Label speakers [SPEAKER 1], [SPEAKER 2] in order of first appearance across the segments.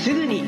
[SPEAKER 1] 役立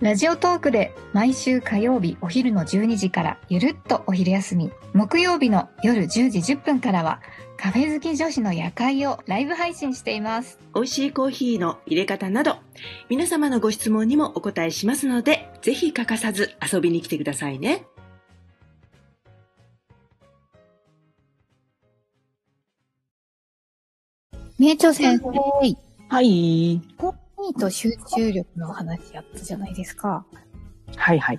[SPEAKER 2] ラジオトークで毎週火曜日お昼の12時からゆるっとお昼休み、木曜日の夜10時10分からはカフェ好き女子の夜会をライブ配信しています。
[SPEAKER 1] 美味しいコーヒーの入れ方など皆様のご質問にもお答えしますのでぜひ欠かさず遊びに来てくださいね
[SPEAKER 3] 名著先生、コーヒ
[SPEAKER 4] はい。
[SPEAKER 3] ーと集中力の話やったじゃないですか。
[SPEAKER 4] はいはい。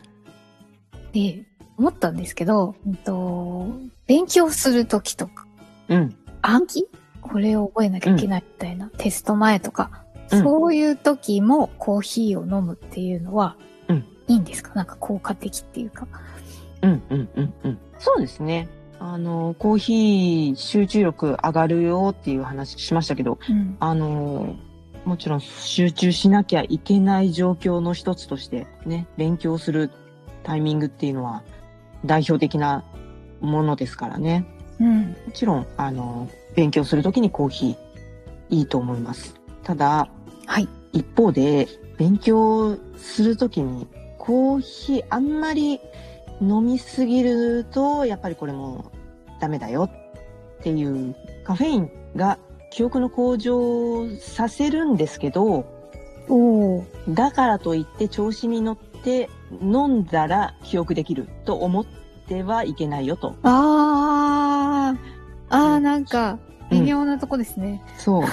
[SPEAKER 3] で、思ったんですけど、うんと、勉強するときとか、
[SPEAKER 4] うん。
[SPEAKER 3] 暗記これを覚えなきゃいけないみたいな、テスト前とか、
[SPEAKER 4] うん
[SPEAKER 3] そういう時もコーヒーを飲むっていうのは、
[SPEAKER 4] うん
[SPEAKER 3] いいんですかなんか効果的っていうか。
[SPEAKER 4] うんうんうんうん。そうですね。あの、コーヒー集中力上がるよっていう話しましたけど、
[SPEAKER 3] うん。
[SPEAKER 4] あの、もちろん集中しなきゃいけない状況の一つとしてね、勉強するタイミングっていうのは代表的なものですからね。
[SPEAKER 3] うん。
[SPEAKER 4] もちろん、あの、勉強するときにコーヒーいいと思います。ただ、
[SPEAKER 3] はい。
[SPEAKER 4] 一方で勉強するときにコーヒーあんまり飲みすぎるとやっぱりこれもダメだよっていうカフェインが記憶の向上をさせるんですけど
[SPEAKER 3] おー。
[SPEAKER 4] だからといって調子に乗って飲んだら記憶できると思ってはいけないよと。
[SPEAKER 3] あー。あー、なんか、
[SPEAKER 4] うん
[SPEAKER 3] 微妙なとこですね。
[SPEAKER 4] そう。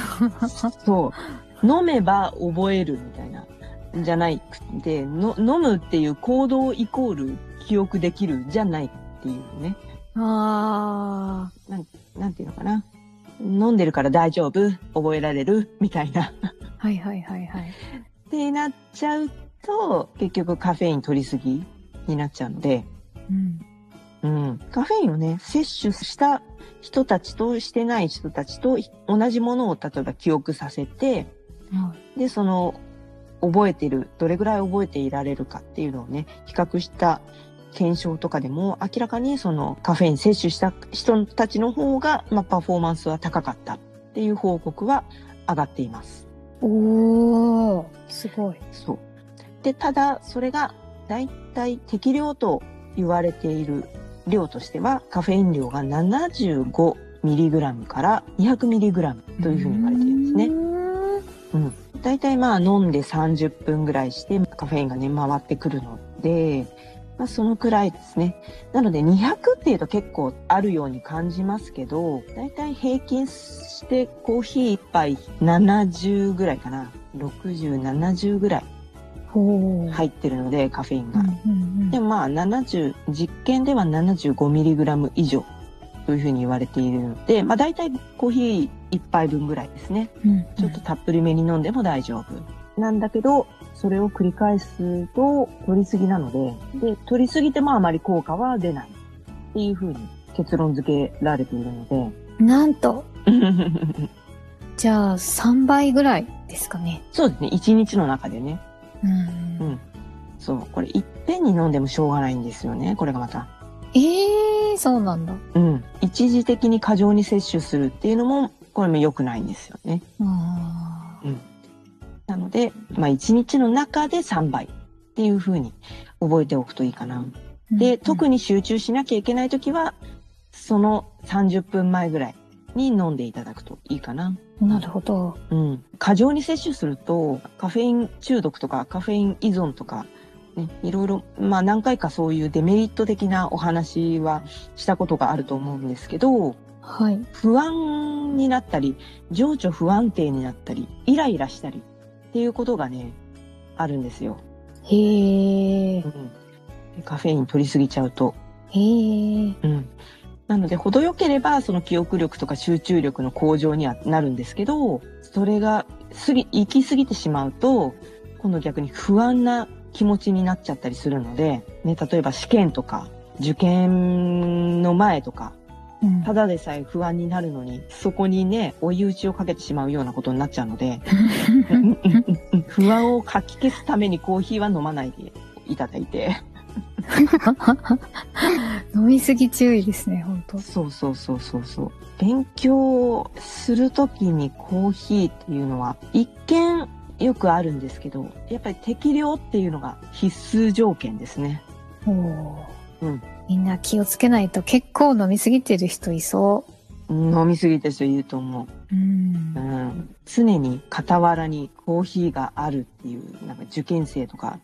[SPEAKER 4] そう。飲めば覚えるみたいな、じゃないくて、の飲むっていう行動イコール記憶できるじゃないっていうね。
[SPEAKER 3] あ
[SPEAKER 4] なんていうのかな。飲んでるから大丈夫、覚えられる、みたいな。
[SPEAKER 3] ー。はいはいはいはい。
[SPEAKER 4] ってなっちゃうと、結局カフェイン取りすぎになっちゃうので、
[SPEAKER 3] うん。
[SPEAKER 4] うん、カフェインをね、摂取した人たちとしてない人たちと同じものを例えば記憶させて、
[SPEAKER 3] は
[SPEAKER 4] で、その、覚えてる、どれぐらい覚えていられるかっていうのをね、比較した検証とかでも、明らかにそのカフェイン摂取した人たちの方が、まあ、パフォーマンスは高かったっていう報告は上がっています。
[SPEAKER 3] おー、すごい。
[SPEAKER 4] そう。で、ただ、それが、だいたい適量と言われている量としては、カフェイン量が 75mg から 200mg というふうに言われているんですね。
[SPEAKER 3] うーん
[SPEAKER 4] 大体まあ飲んで30分ぐらいしてカフェインがね回ってくるので、まあ、そのくらいですねなので200っていうと結構あるように感じますけど大体平均してコーヒー1杯70ぐらいかな6070ぐらい
[SPEAKER 3] ほう。
[SPEAKER 4] 入ってるのでカフェイン
[SPEAKER 3] う
[SPEAKER 4] が、
[SPEAKER 3] んうんう
[SPEAKER 4] で
[SPEAKER 3] ん。
[SPEAKER 4] もまあ70実験では 75mg 以上というふうに言われているので、まあ、大体コーヒー1杯分ぐらいですね
[SPEAKER 3] うん
[SPEAKER 4] ちょっとたっぷりめに飲んでも大丈夫。なんだけど、それを繰り返すと取りすぎなので、で、取りすぎてもあまり効果は出ないっていうふうに結論付けられているので、
[SPEAKER 3] なんと、じゃあ3倍ぐらいですかね。
[SPEAKER 4] そうですね、一日の中でね。
[SPEAKER 3] う。
[SPEAKER 4] うんんそう、これいっぺんに飲んでもしょうがないんですよね、これがまた。
[SPEAKER 3] えー、そうなんだ。
[SPEAKER 4] うん。一時的に過剰に摂取するっていうのも、これも良くないんですよね。
[SPEAKER 3] あ
[SPEAKER 4] なので、まあ一日の中で3倍っていうふうに覚えておくといいかな。
[SPEAKER 3] ー
[SPEAKER 4] で、特に集中しなきゃいけないときは、その30分前ぐらいに飲んでいただくといいかな。
[SPEAKER 3] に。なるほど。
[SPEAKER 4] うん。過剰に摂取すると、カフェイン中毒とかカフェイン依存とか、ね、いろいろ、まあ何回かそういうデメリット的なお話はしたことがあると思うんですけど、
[SPEAKER 3] はい。
[SPEAKER 4] 不安になったり、情緒不安定になったり、イライラしたりっていうことがね、あるんですよ。
[SPEAKER 3] へえ
[SPEAKER 4] う。ん。カフェイン取りすぎちゃうと。
[SPEAKER 3] へえ。
[SPEAKER 4] うん、なので程よければその記憶力とか集中力の向上にはなるんですけどそれが過ぎ行き過ぎてしまうと今度逆に不安な気持ちになっちゃったりするので、ね、例えば試験とか受験の前とか
[SPEAKER 3] うん
[SPEAKER 4] ただでさえ不安になるのに、そこにね、追い打ちをかけてしまうようなことになっちゃうので、うんうんうんうん不安をかき消すためにコーヒーは飲まないでいただいて。
[SPEAKER 3] 飲みすぎ注意ですね、本当
[SPEAKER 4] そうそうそうそうそう。勉強するときにコーヒーっていうのは、一見よくあるんですけど、やっぱり適量っていうのが必須条件ですね。うん
[SPEAKER 3] みんな気をつけないと結構飲みすぎてる人いそ
[SPEAKER 4] 飲みすぎた人いると思
[SPEAKER 3] う。うん
[SPEAKER 4] う。うん。常に傍らにコーヒーがあるっていう、なんか受験生とか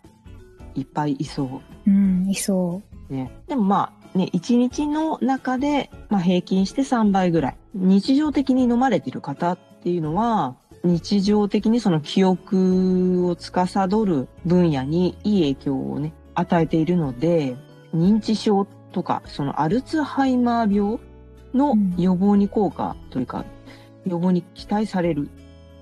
[SPEAKER 4] いっぱいいそ
[SPEAKER 3] う
[SPEAKER 4] う。
[SPEAKER 3] ん、いそ
[SPEAKER 4] ね。でもまあ、ね、1日の中で、まあ、平均して3倍ぐらい。日常的に飲まれてる方っていうのは、日常的にその記憶を司る分野にいい影響をね、与えているので、認知症とか、そのアルツハイマー病の予防に効果というか、予防に期待される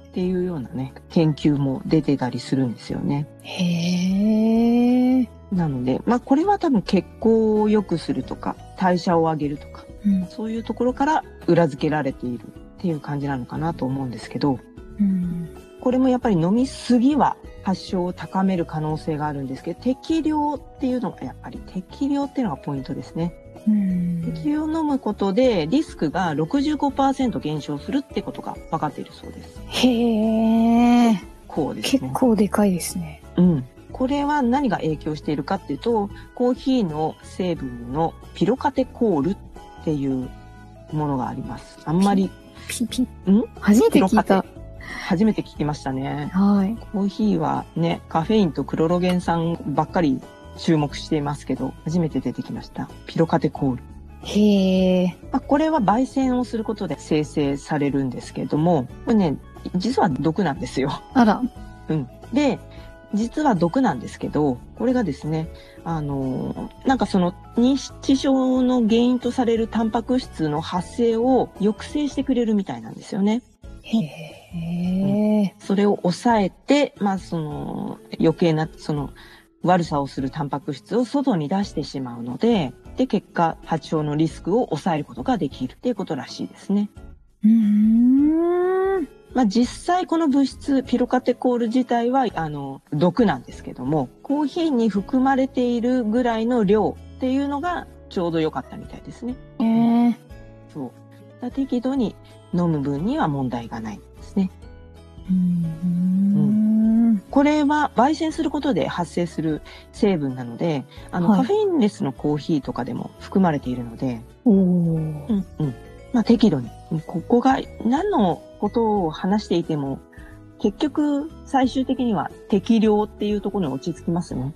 [SPEAKER 4] っていうようなね、研究も出てたりするんですよね。
[SPEAKER 3] う。へえ。
[SPEAKER 4] なので、まあこれは多分血行を良くするとか、代謝を上げるとか、
[SPEAKER 3] うん
[SPEAKER 4] そういうところから裏付けられているっていう感じなのかなと思うんですけど、
[SPEAKER 3] うん。
[SPEAKER 4] これもやっぱり飲みすぎは発症を高める可能性があるんですけど、適量っていうのがやっぱり適量っていうのがポイントですね。
[SPEAKER 3] うん。
[SPEAKER 4] 適量を飲むことでリスクが65%減少するってことが分かっているそうです。
[SPEAKER 3] へえ。
[SPEAKER 4] こうですね。
[SPEAKER 3] 結構でかいですね。
[SPEAKER 4] うん。これは何が影響しているかっていうと、コーヒーの成分のピロカテコールっていうものがあります。あんまり
[SPEAKER 3] ピピ。
[SPEAKER 4] ん
[SPEAKER 3] 初めて聞いた。
[SPEAKER 4] 初めて聞きましたね。
[SPEAKER 3] はい。
[SPEAKER 4] コーヒーはね、カフェインとクロロゲン酸ばっかり注目していますけど、初めて出てきました。ピロカテコール。
[SPEAKER 3] へえ。
[SPEAKER 4] まあ、これは焙煎をすることで生成されるんですけれども、これね、実は毒なんですよ。
[SPEAKER 3] あら。
[SPEAKER 4] で、実は毒なんですけど、これがですね、あの、なんかその認知症の原因とされるタンパク質の発生を抑制してくれるみたいなんですよね。
[SPEAKER 3] へえ。
[SPEAKER 4] それを抑えて、まあその余計な、その悪さをするタンパク質を外に出してしまうので、で、結果、発症のリスクを抑えることができるっていうことらしいですね。
[SPEAKER 3] うーん。
[SPEAKER 4] まあ、実際この物質ピロカテコール自体はあの毒なんですけどもコーヒーに含まれているぐらいの量っていうのがちょうど良かったみたいですね。
[SPEAKER 3] へえ。
[SPEAKER 4] そうだから適度に飲む分には問題がないですね。
[SPEAKER 3] うん。
[SPEAKER 4] これは焙煎することで発生する成分なのであの、
[SPEAKER 3] はい
[SPEAKER 4] カフェインレスのコーヒーとかでも含まれているので、
[SPEAKER 3] おお。
[SPEAKER 4] うんうんまあ、適度にここが何のことを話していても結局最終的には適量っていうところに落ち着きますね。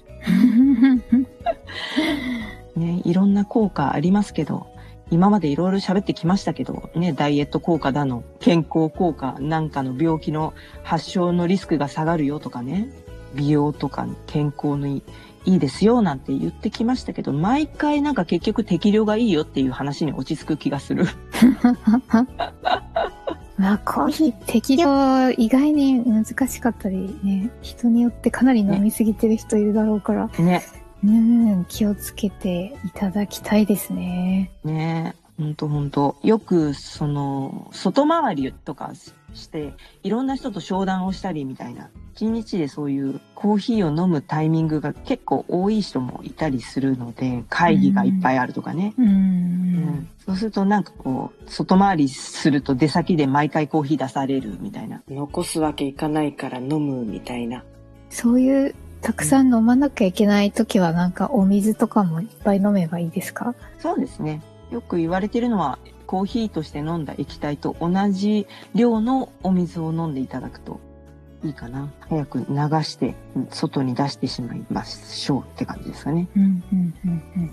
[SPEAKER 4] ねいろんな効果ありますけど今までいろいろ喋ってきましたけど、ね、ダイエット効果だの健康効果なんかの病気の発症のリスクが下がるよとかね美容とか健康にいいですよなんて言ってきましたけど毎回なんか結局適量がいいよっていう話に落ち着く気がする。
[SPEAKER 3] まあ、コーヒー適量意外に難しかったりね、人によってかなり飲みすぎてる人いるだろうから、
[SPEAKER 4] ね
[SPEAKER 3] うん、気をつけていただきたいですね。
[SPEAKER 4] ねえ、ほんとほんと。よく、その、外回りとかしして、いろんな人と商談をしたりみたいな。一日でそういうコーヒーを飲むタイミングが結構多い人もいたりするので、会議がいっぱいあるとかね。
[SPEAKER 3] う
[SPEAKER 4] うん
[SPEAKER 3] ん。
[SPEAKER 4] そうするとなんかこう、外回りすると出先で毎回コーヒー出されるみたいな。
[SPEAKER 1] 残すわけいかないから飲むみたいな。
[SPEAKER 3] そういう、たくさん飲まなきゃいけない時はなんかお水とかもいっぱい飲めばいいですか
[SPEAKER 4] そうですね。よく言われてるのは、コーヒーとして飲んだ液体と同じ量のお水を飲んでいただくといいかな。早く流して、うん外に出してしまいましょうって感じですかね。
[SPEAKER 3] うん、うん、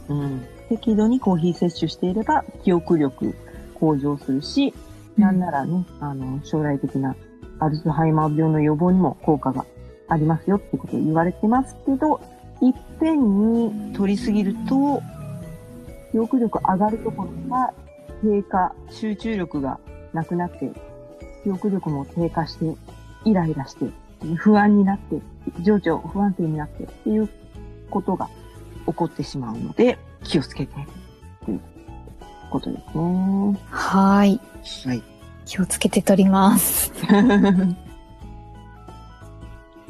[SPEAKER 3] うん、
[SPEAKER 4] うん。適度にコーヒー摂取していれば、記憶力向上するし、なんならね、あの、将来的なアルツハイマー病の予防にも効果がありますよってことを言われてますけど、いっぺんに取りすぎると、記憶力上がるところが低下、集中力がなくなって、記憶力も低下して、イライラして、不安になって、情緒不安定になってっていうことが起こってしまうので、気をつけて。ことですね。
[SPEAKER 5] はーい。
[SPEAKER 4] はい。
[SPEAKER 5] 気をつけて撮ります。